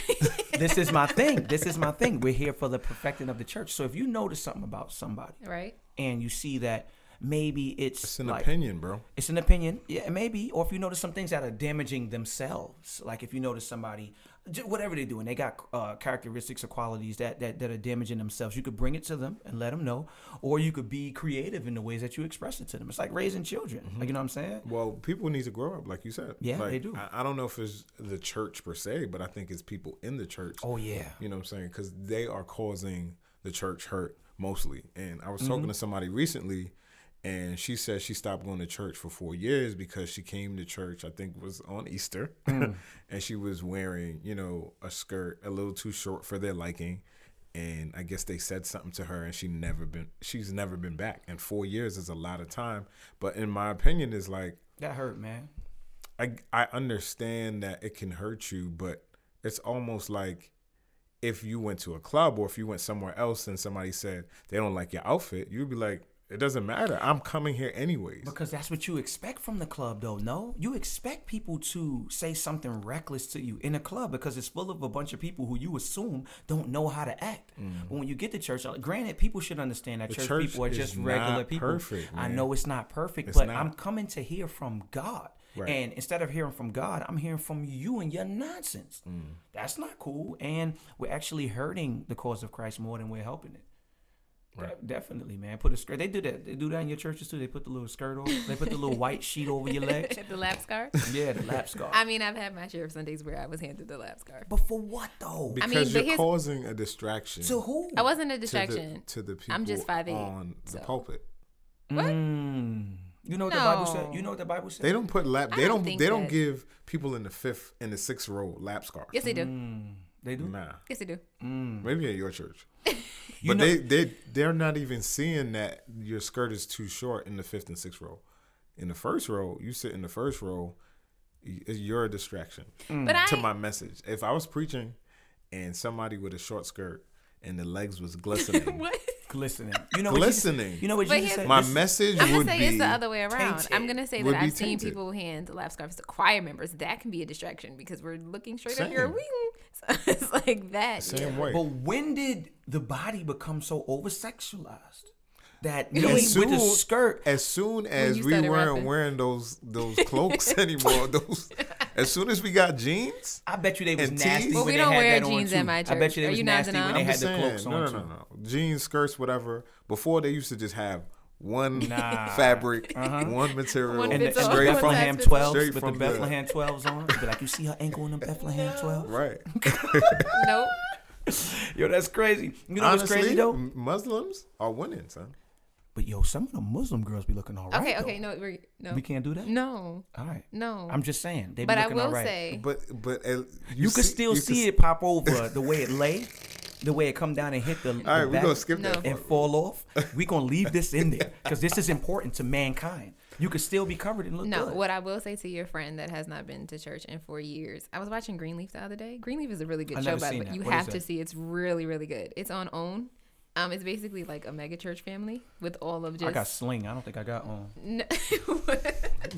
this is my thing. This is my thing. We're here for the perfecting of the church. So if you notice something about somebody,
right.
and you see that maybe it's,
It's an
like-
opinion, bro.
It's an opinion, yeah, maybe. Or if you notice some things that are damaging themselves, like if you notice somebody, j- whatever they do, and they got uh, characteristics or qualities that, that that are damaging themselves, you could bring it to them and let them know, or you could be creative in the ways that you express it to them. It's like raising children, like you know what I'm saying?
Well, people need to grow up, like you said.
Yeah,
Like,
they do.
I, I don't know if it's the church per se, but I think it's people in the church.
Oh yeah,
You know what I'm saying? Because they are causing the church hurt mostly. And I was talking to somebody recently, and she said she stopped going to church for four years because she came to church. I think was on Easter, and she was wearing you know a skirt a little too short for their liking. And I guess they said something to her, and she never been. She's never been back. And four years is a lot of time. But in my opinion, is like
that hurt, man.
I I understand that it can hurt you, but it's almost like if you went to a club or if you went somewhere else and somebody said they don't like your outfit, you'd be like, it doesn't matter. I'm coming here anyways.
Because that's what you expect from the club, though. No, you expect people to say something reckless to you in a club because it's full of a bunch of people who you assume don't know how to act. But when you get to church, uh, granted, people should understand that
Mm. The
church,
church
people are
is
just regular
not
people.
perfect,
I
man.
know it's not perfect,
It's
but
not.
I'm coming to hear from God.
Right.
And instead of hearing from God, I'm hearing from you and your nonsense.
Mm.
That's not cool. And we're actually hurting the cause of Christ more than we're helping it. De- definitely, man. Put a skirt. They do that. They do that in your churches too. They put the little skirt on. They put the little white sheet over your legs.
the lap scarf.
Yeah, the lap scarf.
I mean, I've had my share of Sundays where I was handed the lap scarf.
but for what though?
mean,
because
but
you're
here's-
causing a distraction
To who?
I wasn't a
to the,
distraction.
to the people
I'm just 5'8",
on the
so.
pulpit.
Mm. You know what the Bible
No.
said. You know what the Bible said.
They don't put lap.
I
They
don't
don't.
think
they don't
that-
give people in the fifth and the sixth row lap scarves.
Yes, they do.
Mm. They do.
Nah,
Yes, they do.
maybe at your church, but they they they're not even seeing that your skirt is too short in the fifth and sixth row. In the first row, you sit in the first row. y- You're a distraction
But I
to my message. If I was preaching, and somebody with a short skirt and the legs was glistening,
what?
Glistening. You know What
glistening,
Jesus, you know what
But
Jesus said.
here's-
my
This-
message
I'm
would
gonna say
be
it's the other way around. I'm
tainted.
gonna say
Would
that
be
I've seen
tainted.
people hand lap scarves to choir members. That can be a distraction because we're looking straight up here.
Same.
Wing. So it's like that.
same way.
But when did the body become so over sexualized that we,
as
with
soon,
a skirt?
As soon as
you
we
started
weren't
rapping.
wearing those those cloaks anymore, those as soon as we got jeans,
I bet you they was
And
nasty.
tees?
Well,
when
we
they
don't
had
wear
that on,
jeans
too.
at my
I bet
church.
you they
Are
was
you
nasty
nodding
when
off?
they
I'm
had
just
the
saying,
cloaks
no,
on
no,
too.
no, no, jeans, skirts, whatever. Before they used to just have one
Nah. Uh-huh.
fabric, one material,
One
and the,
fits all.
and the
straight
One
from
size
Bethlehem
fits all.
12s
Straight
with
from
the
the-
Bethlehem 12s on. Be like, you see her ankle in the Bethlehem 12s?
right.
Nope.
Yo, that's crazy. You know what's
Honestly, Mm.
crazy though?
M- Muslims are winning, son.
But yo, some of the Muslim girls be looking all right.
Okay.
though.
Okay. No. We're, no.
We can't do that?
No.
All right.
No.
I'm just saying. They be
But I
looking all
will
right.
say.
But but uh, you,
You could
see-
still
you
see
could
it pop over the way it lay, the way it come down and hit the. the
All right, we're
back
gonna skip that.
No.
part.
And fall off. We're going to leave this in there because this is important to mankind. You could still be covered and look
No,
Oh, good.
what I will say to your friend that has not been to church in four years, I was watching Greenleaf the other day. Greenleaf is a really good
I've
show,
never
by the
seen
way.
that.
You
What is
have
that?
to see. It's really, really good. It's on OWN, Um, it's basically like a mega church family with all of just
I got Sling. I don't think I got on.
n-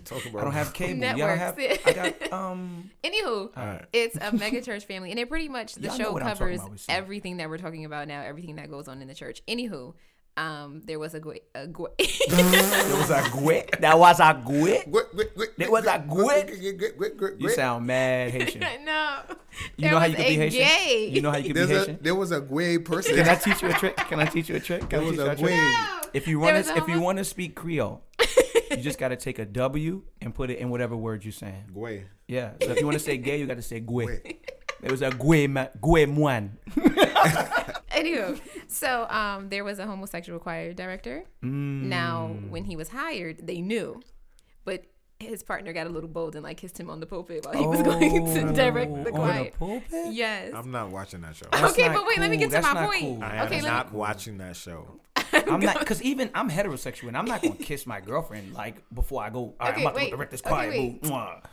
Talk about
I don't have cable. Y'all
Networks,
have.
yeah.
I got um.
Anywho,
Alright.
it's a mega church family, and it pretty much the
Y'all know
show
what I'm talking
covers
about with Slim.
everything that we're talking about now, everything that goes on in the church. Anywho, um, there was a gwe- a gwe-
There was a gwit. That was a gwit.
What, what, what,
There was a gwit.
what,
You sound mad Haitian.
no,
You
there
know how
was
you could be
a
Haitian.
gay.
You know how you could
There's
be
a,
Haitian.
there was a gay person.
Can I teach you a trick? Can I teach you a trick? Can
There
I
was
teach you
a
a trick?
gway.
If you
There
want
was a
to, if you
homo-
want to speak Creole, you just got to take a W and put it in whatever word you're saying.
Gway.
Yeah. So if you want to say gay, you got to say gwe. There was a gwe ma- gwe moine.
Anywho, so um, there was a homosexual choir director. Now,
Mm.
when he was hired, they knew, but his partner got a little bold and like kissed him on the pulpit while he was going to direct the
Oh. on the
choir.
pulpit.
yes.
I'm not watching that show.
That's
Okay,
not
but wait, let me
cool.
get to
That's
my
not
point.
cool.
I
Okay,
am
let me-
not watching that show.
I'm not because even I'm heterosexual and I'm not gonna kiss my girlfriend like before I go. All right,
Okay,
I'm about
wait.
to go direct this
Okay,
choir.
wait.
boo. Mwah.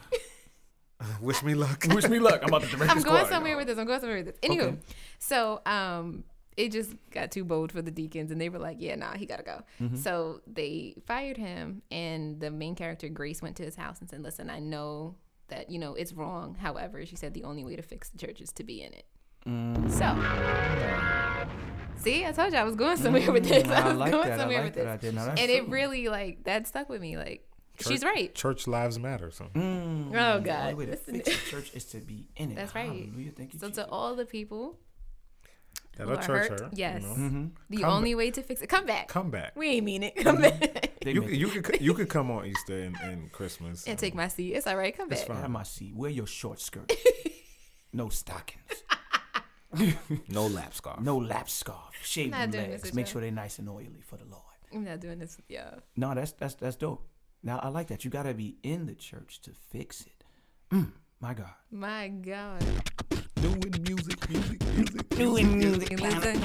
Wish me luck.
Wish me luck. I'm about to direct
I'm
this
going
choir,
somewhere
y'all.
with this. I'm going somewhere with this. Anywho, so um, it just got too bold for the deacons, and they were like, "Yeah, nah, he gotta go."
Mm-hmm.
So they fired him, and the main character Grace went to his house and said, "Listen, I know that you know it's wrong. However, she said the only way to fix the church is to be in it."
Mm.
So, see, I told you I was going somewhere with this. I
Mm, I
was
like
going
that. I
somewhere
like
with
that
this,
I did. Now that's
and it really like that stuck with me. Like she's right.
Church lives matter. So.
Oh
The
God.
only way to fix the church is to be in it.
That's right.
Hallelujah. Thank you,
So
Jesus.
to all the people
That
who
a
are
church
hurt,
hurt. you
yes,
know.
Mm-hmm.
the
Come
only way to fix it, come back.
Come back.
We ain't mean it. Come
Mm-hmm.
back
They
You
make
you could you could come on Easter and, and Christmas.
and take my seat. It's all right. Come back.
fine.
Have my seat. Wear your short skirt. no stockings.
no lap scarf.
No lap scarf. Shave
Not
them
doing this
legs.
with
Make
y'all.
sure they're nice and oily for the Lord.
I'm not doing this. Yeah.
No, that's that's that's dope. Now I like that. You gotta be in the church to fix it. Mm, my God.
My God.
Doing music, music, music.
Doing
You
music.
listen,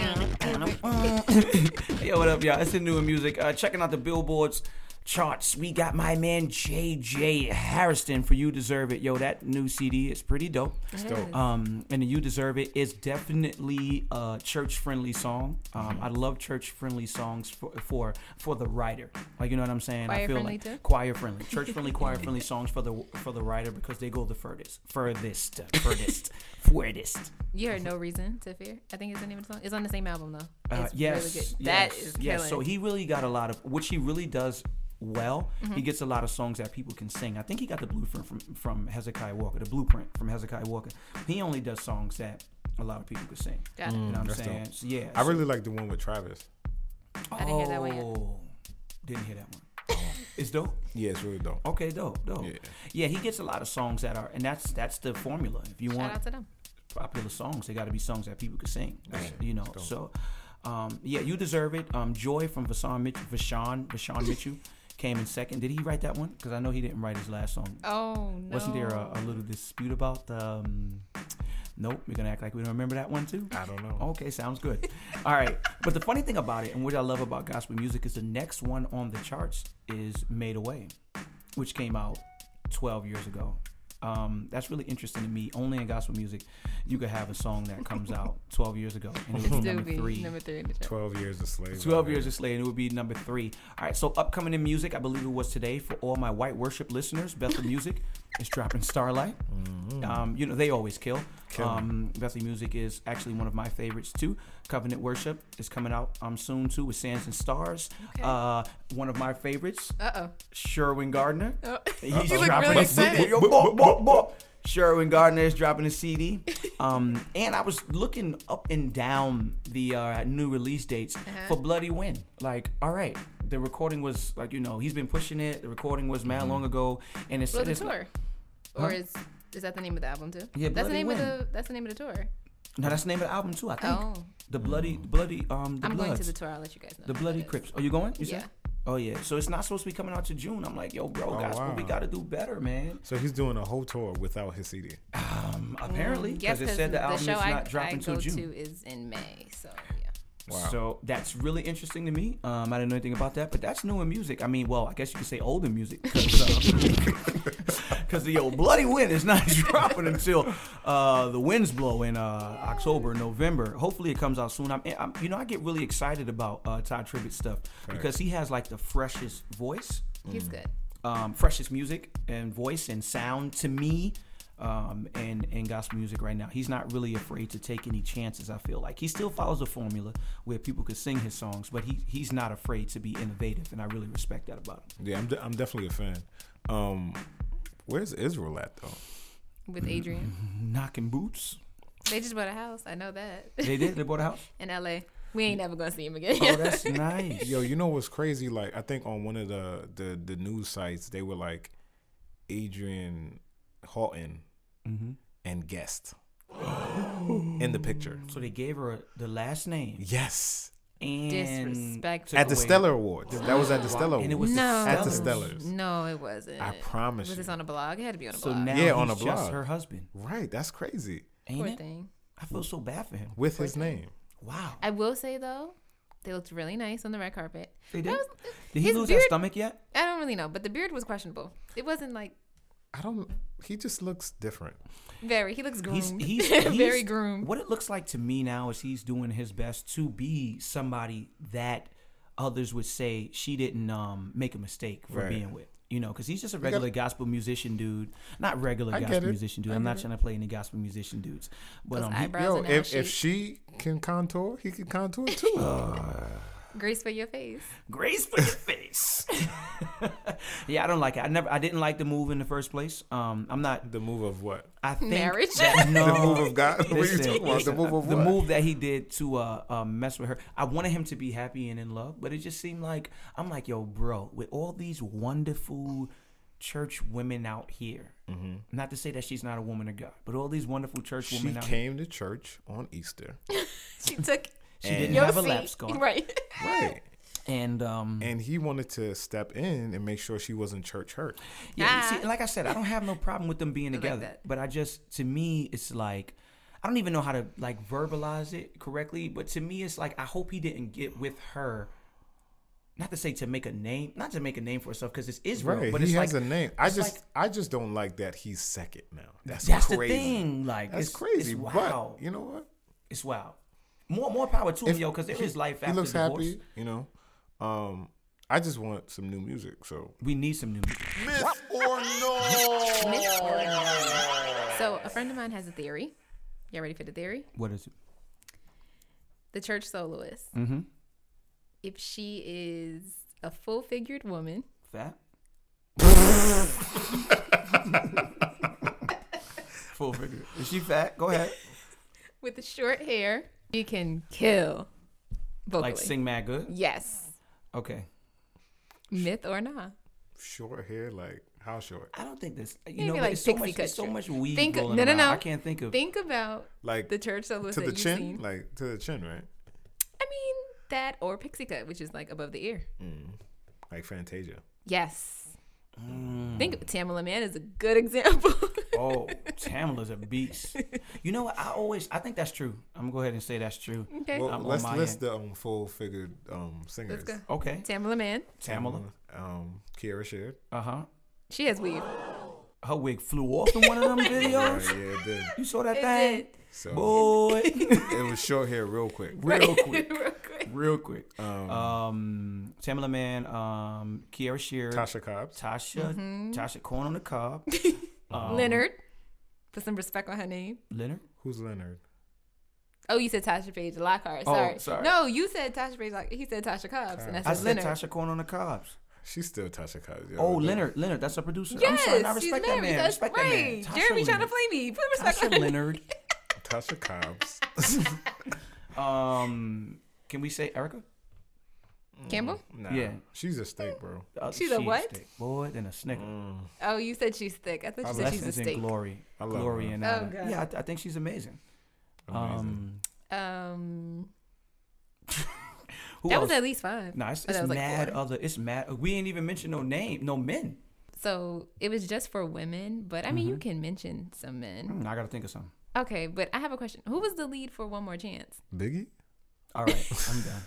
Yo, what up, y'all? It's the new music. Uh, checking out the billboards charts. We got my man JJ Harrison for You Deserve It. Yo, that new CD is pretty dope. It's
dope.
Um, and the You Deserve It is definitely a church friendly song. Um, I love church friendly songs for, for for the writer. Like you know what I'm saying? I
Choir-friendly
like
too?
choir friendly, church friendly, choir friendly songs for the for the writer because they go the furthest, furthest, furthest, furthest.
You heard No Reason to Fear. I think is the name of the song. It's on the same album though.
Uh,
It's
yes,
really good.
yes,
that is
yes.
killing.
So he really got a lot of, which he really does well.
Mm-hmm.
He gets a lot of songs that people can sing. I think he got the blueprint from from Hezekiah Walker, the blueprint from Hezekiah Walker. He only does songs that a lot of people could sing.
Got it.
You know what I'm
Mm, that's
saying?
dope.
So, yeah.
I
so-
really like the one with Travis.
I didn't hear that one yet.
Oh, Didn't hear that one. it's dope.
Yeah, it's really dope.
Okay, dope, dope.
Oh. Yeah.
Yeah. he gets a lot of songs that are, and that's that's the formula. If you
Shout
want
out to them.
popular songs. They got to be songs that people could sing. You know, so um, yeah, you deserve it. Um, Joy from Vashawn Mitch- Vashawn Vashawn Mitchell came in second. Did he write that one? Because I know he didn't write his last song.
Oh no.
Wasn't there uh, a, a little dispute about the? Um, nope, we're gonna act like we don't remember that one too.
I don't know.
Okay, sounds good. All right, but the funny thing about it, and what I love about gospel music, is the next one on the charts is "Made Away," which came out 12 years ago. Um, that's really interesting to me. Only in gospel music, you could have a song that comes out 12 years ago and it would be number
Doobie,
three.
Number three in the chart.
Twelve years a slave.
12 years of slave and it would be number three all right so upcoming in music i believe it was today for all my white worship listeners bethel music is dropping starlight um, you know they always kill, um, bethel music is actually one of my favorites too covenant worship is coming out um, soon too with sands and stars uh, one of my favorites
Uh
sherwin gardner
oh.
He's
You look
dropping
really
a CD.
excited.
Yo, bop, bop, bop. Sherwin Gardner is dropping a CD. Um, and I was looking up and down the uh, new release dates
Uh-huh.
for Bloody Win. Like, all right, the recording was like, you know, he's been pushing it. The recording was mad long ago, and it's,
Well, the
it's
tour. Or is is that the name of the album too?
Yeah,
That's
Bloody
the name of
Wind.
the. That's the name of the tour.
no, that's the name of the album too. I think
Oh.
the bloody, bloody, um, the
I'm going to
Bloods.
the tour. I'll let you guys know.
The Bloody Crips. Are you going? You
Yeah.
said? Oh yeah. So it's not supposed to be coming out to June. I'm like, yo, bro, gospel,
wow.
we gotta do better, man.
So he's doing a whole tour without his CD.
Apparently,
Mm, Yes,
it said the album
show
is
I,
not dropping
I go
till June.
to is in May. So yeah.
So that's really interesting to me. Um, I didn't know anything about that, but that's new in music. I mean, well, I guess you could say old in music uh, because the old bloody wind is not dropping until uh, the winds blow in uh, October, November. Hopefully, it comes out soon. I'm, I'm you know, I get really excited about uh, Todd Tribbett stuff because he has like the freshest voice
He's good.
um, freshest music and voice and sound to me um, and and gospel music right now. He's not really afraid to take any chances. I feel like he still follows the formula where people could sing his songs, but he he's not afraid to be innovative, and I really respect that about him.
Yeah, I'm, de- I'm definitely a fan. Um, where's Israel at though?
With
Mm-hmm.
Adrian.
Knocking boots,
They just bought a house. I know that.
they did. They bought a house.
In LA. We ain't never gonna see him again.
Oh, that's nice.
Yo, you know what's crazy? Like, I think on one of the the, the news sites, they were like Adrian Houghton Mm-hmm. and guest in the picture.
So they gave her the last name
Yes,
and
Disrespectful.
took
at the
away-
Stellar Awards. That was at the Stellar Awards.
and it was
No.
at the
Stellars.
Stellars.
no, it wasn't.
I promise
Was this
you.
on a blog? It had to be on a
So
blog.
now
Yeah, on
he's
a
just
blog.
her husband.
Right, that's crazy.
Ain't
Poor
it?
thing.
I feel so bad for him.
With his name,
Wow.
I will say though, they looked really nice on the red carpet.
They
That
did.
was- uh,
Did he
his
lose
beard-
that stomach yet?
I don't really know, but the beard was questionable. It wasn't like
I don't. He just looks different.
very. He looks
He's,
groomed.
he's,
very
he's-
groomed.
What it looks like to me now is he's doing his best to be somebody that others would say she didn't um, make a mistake for
Right.
being with. You know, because he's just a regular gospel musician dude. Not regular
I get
gospel
it.
musician dude. I'm not trying to play any gospel musician dudes. But
Those
um, he-
eyebrows
Yo,
and
if, if
she,
she can contour, he can contour too.
Uh,
grace for your face.
grace for your face. yeah, I don't like it. I never, I didn't like the move in the first place. Um, I'm not.
the move of what?
I think
Marriage?
That, no,
The move of God. What are you
Listen,
talking about? The
listen,
move of
the
what?
move that he did to uh, uh, mess with her. I wanted him to be happy and in love, but it just seemed like I'm like, yo, bro, with all these wonderful church women out here. Not to say that she's not a woman of God, but all these wonderful church
Mm-hmm. She
women out here.
came to church on Easter.
She took
She didn't
your
have a
seat.
lap scarf,
Right.
Right.
and um,
And he wanted to step in and make sure she wasn't church hurt.
Yeah,
Ah.
see, like I said, I don't have no problem with them being together,
that.
but I just to me it's like I don't even know how to like verbalize it correctly, but to me it's like I hope he didn't get with her. Not to say to make a name, not to make a name for herself because it's Israel,
Right.
but
he
it's
has
like
a name. I
it's
just
like-
I just don't like that he's second now. That's,
That's the
crazy.
thing, like,
that's
it's-
crazy.
it's
But
wow.
you know what?
it's wow. More more power to him, yo, because there is life
He
after
looks
divorce.
happy, you know. Um I just want some new music. So
We need some new music.
Myth or no?
Miss Orlando. So a friend of mine has a theory. Y'all ready for the theory?
What is it?
The church soloist.
Mhm.
If she is a full figured woman,
Fat. Full figure. Is she fat? Go ahead.
with the short hair, you can kill vocally.
Like sing mad good.
Yes.
Okay.
Myth or not.
short hair, like how short?
I don't think this. You
Maybe
know, but
like
it's so
pixie
much. It's so
cut.
much weed
Think-
rolling
no, no,
around.
no.
I can't think of.
Think about
Like
the church soloist
to
that
the
you've
chin,
seen.
like to the chin, right?
I mean that or pixie cut, which is like above the ear.
Like Fantasia.
Yes.
Mm.
Think of Tamala Man is a good example.
oh, Tamla's a beast. You know what? I always. I think that's true. I'm gonna go ahead and say that's true.
okay.
Well,
I'm on
let's
my
list
end.
the um, full figured um singers.
go.
Okay.
Tamala Man,
Tamla.
Um Kiara Sheard.
Uh huh.
she has weave.
Her wig flew off in one of them
Right,
videos.
Oh, yeah, it did.
You saw that
It
thing,
did.
So
boy?
it was short hair real quick.
Real quick.
Real quick.
Real quick.
Mm-hmm.
Um, Tamla Man. Um, Kiara Shear.
Tasha Cobbs.
Tasha. Tasha Corn on the Cob.
Mm-hmm. Leonard. Put some respect on her name.
Leonard.
Who's Leonard?
Oh, you said Tasha Page Lockhart.
Oh,
Sorry.
sorry.
No, you said Tasha Page. Lock- he said Tasha Cobbs, and
I
that's
said
Leonard.
Tasha Corn on the Cobs.
She's still Tasha Cobbs. yo.
Oh, Leonard, Leonard, that's a producer.
Yes,
I'm sorry, I
she's
respect that
married.
man.
That's
respect
right.
that man. Tasha
Jeremy trying to
Leonard.
play me. Put respect on
Tasha
her.
Leonard.
Tasha Cobbs.
Um, can we say Erica?
Campbell.
Nah,
Yeah.
she's a steak, bro.
Uh,
She's a what?
steak Boy, and a snicker.
Mm.
Oh, you said she's thick. I thought you said she's a
Lessons
steak.
Oh, in glory,
I love
glory
her.
and
Oh,
honor.
God.
Yeah, I, I think she's amazing. Um,
Um,
who
that
else?
was at least five.
no, it's,
Oh, that
it's
was like
mad
four.
other. It's mad. We ain't even mention no name, no men.
So it was just for women, but I mean,
Mm-hmm.
you can mention some men.
Hmm, I gotta Mm, think of something.
Okay, but I have a question. Who was the lead for One More Chance?
Biggie?
All right, I'm done.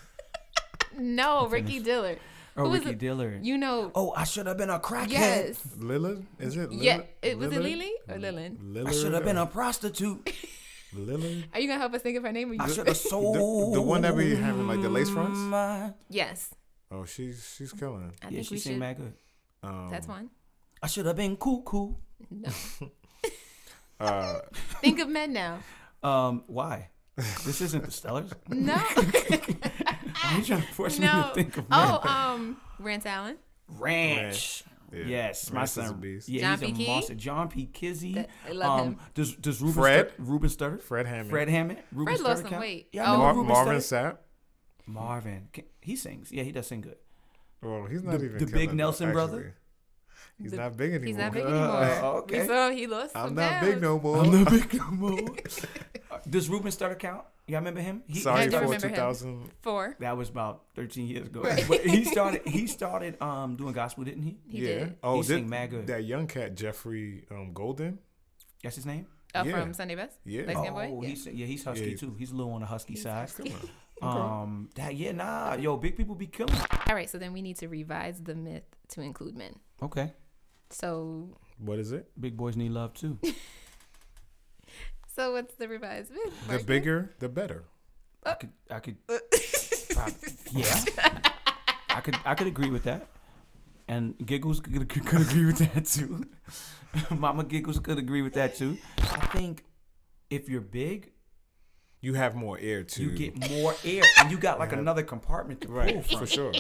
No, Ricky Dillard.
Oh,
Who is
Ricky
it?
Dillard.
You know.
oh, I should have been a crackhead.
yes.
Lillard? Is it? Mm. Lillard?
Yeah. It, was it
Lillard?
Lily or Lillian?
Lillard.
I should have been
or
a prostitute.
Lillard.
Are you gonna help us think of her name? Or
I
you-
should have
The,
sold.
the one that we having like the lace fronts.
my-
yes.
Oh, she's she's killing.
I
Yeah,
think
she
we
sing
should.
mad good.
Um,
That's one.
I should have been cuckoo.
uh,
Think of men now.
Um, why? This isn't the Stellars.
No.
Why are you trying to force me to
no.
think of
Oh, um, Rance Allen.
Ranch.
yeah.
Yes, my
Rance is a
son.
beast.
Yeah,
John
he's
P.
a
Key?
monster. John P. Kizzy. Um,
That- I love him.
Does does Ruben
Fred?
Studd- Ruben Studdard?
Fred Hammond.
Fred Hammond. Ruben
Fred lost
Studdard
some
count?
weight.
Yeah, I
Oh.
remember
Mar-
Ruben
Marvin
Studdard.
Sapp.
Marvin. Can- He sings. Yeah, he does sing good.
Well, he's not
The-
even
the big
killing it,
Nelson brother?
actually. He's
The-
not big anymore.
He's not big
Uh,
anymore.
okay.
So he lost some
I'm not big
pounds.
no more.
I'm not big no more. Uh, Does Ruben Studdard count? Y'all remember him? He,
Sorry
I do
for
remember him.
2000.
Four.
That was about 13 years ago. But he started. He started um doing gospel, didn't he?
He
yeah.
did.
Oh,
He
did-
sing mad good.
that young cat Jeffrey um, Golden.
That's his name.
Uh,
Yeah.
From Sunday Best.
Yeah.
Light skinned
Oh,
boy. Yeah.
he's yeah, he's husky
Yeah.
too. He's a little on the husky side.
Come
Um, that yeah, nah, yo, big people be killing.
All right. So then we need to revise the myth to include men.
Okay,
So,
What is it?
big boys need love too.
so what's the revised myth?
The
Marcus?
bigger, the better.
I could, I could, prob- yeah, I could, I could agree with that. And giggles could, could, could agree with that too. Mama giggles could agree with that too. I think if you're big,
You have more air too.
you get more air, and you got like another compartment to
right
pull
for
from.
sure.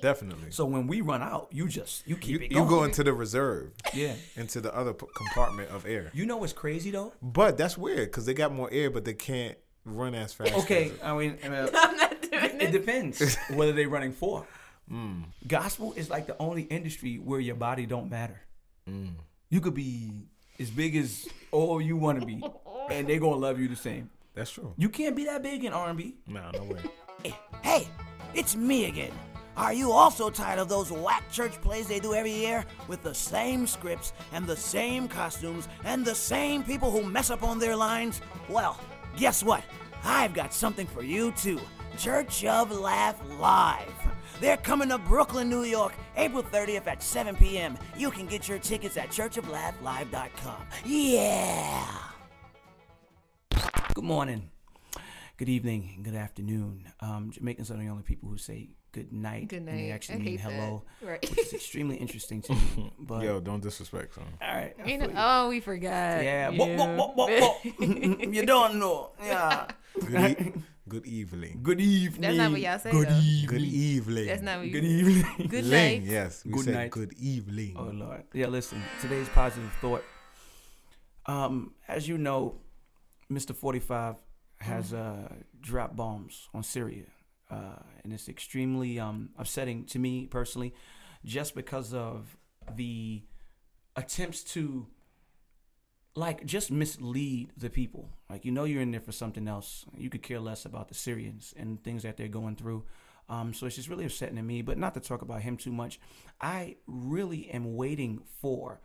Definitely.
So when we run out, you just you
you,
keep it
you
going.
go into the reserve,
yeah.
into the other p- compartment of air.
You know what's crazy though?
But that's weird because they got more air, but they can't run as fast.
Okay,
as it.
I mean, uh,
I'm not doing
it depends whether they're running for. Gospel is like the only industry where your body don't matter. You could be as big as all you want to be, and they gonna love you the same.
that's true.
You can't be that big in R&B.
No, no way.
Hey, it's me again. Are you also tired of those whack church plays they do every year with the same scripts and the same costumes and the same people who mess up on their lines? Well, guess what? I've got something for you too. Church of Laugh Live. They're coming to Brooklyn, New York, April 30th at 7 p.m. You can get your tickets at churchoflaughlive.com. Yeah!
Good morning, good evening, and good afternoon. Um, Jamaicans are the only people who say good night.
Good
And
night.
they
I
actually mean
hate that.
hello,
Right.
which is extremely interesting to me. But
Yo, don't disrespect son.
all right, I
You
feel
know-
you.
oh, we forgot.
yeah, Whoop, whoop, whoop, whoop, whoop. you don't know. Yeah.
Good, e- good evening.
Good evening.
That's not what y'all say,
Good
though.
evening.
Good evening.
That's not what you
Good evening.
Good
Ling,
night.
yes. We
Good
said
night.
Good evening.
Oh Lord. Yeah, listen. Today's positive thought. Um, as you know, Mr. Forty Five has uh dropped bombs on Syria, uh, and it's extremely um upsetting to me personally, just because of the attempts to like just mislead the people. Like you know you're in there for something else. You could care less about the Syrians and things that they're going through. Um, so it's just really upsetting to me. But not to talk about him too much. I really am waiting for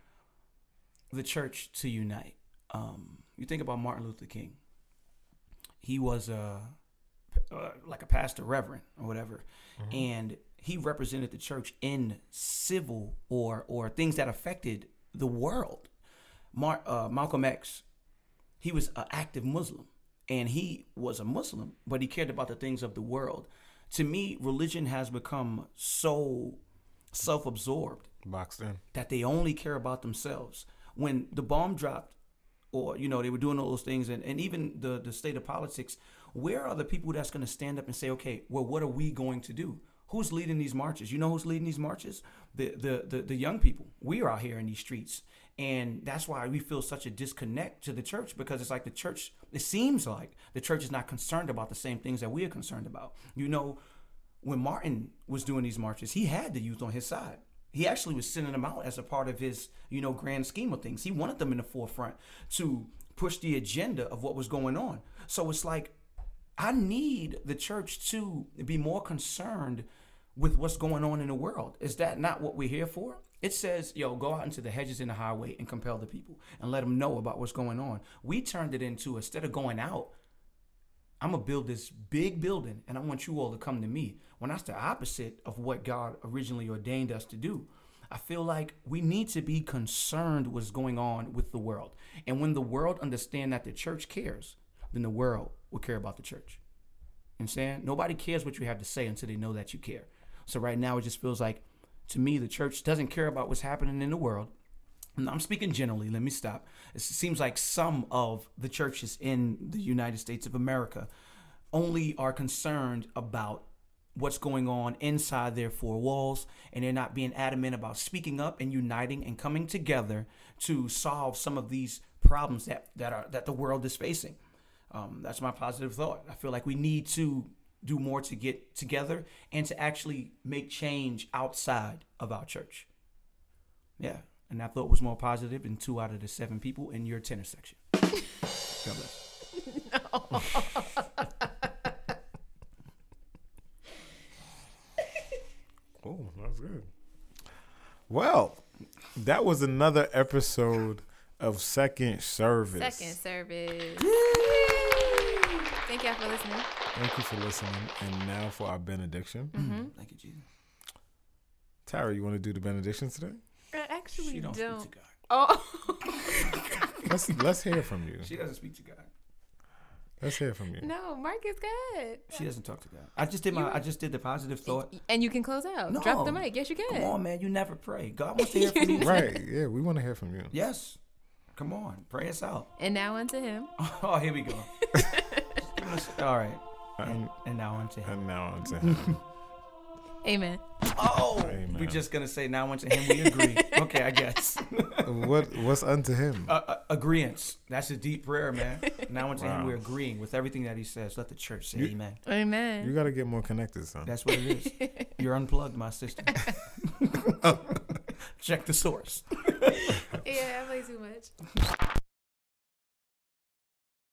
the church to unite. Um, you think about Martin Luther King. He was a uh, like a pastor, reverend, or whatever, and he represented the church in civil or or things that affected the world. Mar- uh, Malcolm X, he was an active Muslim, and he was a Muslim, but he cared about the things of the world. To me, religion has become so self-absorbed
Boxed in.
that they only care about themselves. When the bomb dropped, or you know they were doing all those things, and, and even the the state of politics, where are the people that's going to stand up and say, okay, well, what are we going to do? Who's leading these marches? You know who's leading these marches? The the the, the young people. We are out here in these streets, and that's why we feel such a disconnect to the church because it's like the church. It seems like the church is not concerned about the same things that we are concerned about. You know, when Martin was doing these marches, he had the youth on his side. He actually was sending them out as a part of his, you know, grand scheme of things. He wanted them in the forefront to push the agenda of what was going on. So it's like I need the church to be more concerned with what's going on in the world. Is that not what we're here for? It says, yo, go out into the hedges and the highway and compel the people and let them know about what's going on. We turned it into instead of going out, I'm gonna build this big building, and I want you all to come to me. When that's the opposite of what God originally ordained us to do. I feel like we need to be concerned what's going on with the world, and when the world understand that the church cares, then the world will care about the church. You know what I'm saying nobody cares what you have to say until they know that you care. So right now, it just feels like, to me, the church doesn't care about what's happening in the world. And I'm speaking generally. Let me stop. It seems like some of the churches in the United States of America only are concerned about what's going on inside their four walls, and they're not being adamant about speaking up and uniting and coming together to solve some of these problems that that are that the world is facing. Um, that's my positive thought. I feel like we need to do more to get together and to actually make change outside of our church. Yeah. And I thought was more positive than two out of the seven people in your tennis section. God bless.
Cool. That's good. Well, that was another episode of Second Service.
Second service. Thank y'all for listening.
Thank you for listening. And now for our benediction.
Mm-hmm.
Thank you, Jesus.
Tara, you want to do the benedictions today?
I actually
She don't,
don't.
speak to God.
Oh
Let's let's hear from you.
She doesn't speak to God.
Let's hear from you.
no, Mark is good.
She doesn't talk to God. I just did my I just did the positive thought.
And you can close out. Drop the
No.
mic. Yes, you can.
Come on, man. You never pray. God wants to hear from you.
Right? Yeah, we want to hear from you.
Yes. Come on. Pray us out.
And now unto him.
Oh, here we go. All right. And,
And,
and now on to him.
and now on to him.
Amen.
Oh,
Amen.
we're just gonna say now on to him. We agree. okay, I guess.
what what's unto him?
uh, uh, agreeance. That's a deep prayer, man. Now unto him, we're agreeing with everything that he says. Let the church say amen.
Amen.
You got to get more connected, son.
That's what it is. You're unplugged, my sister. Check the source.
Yeah, I play too much.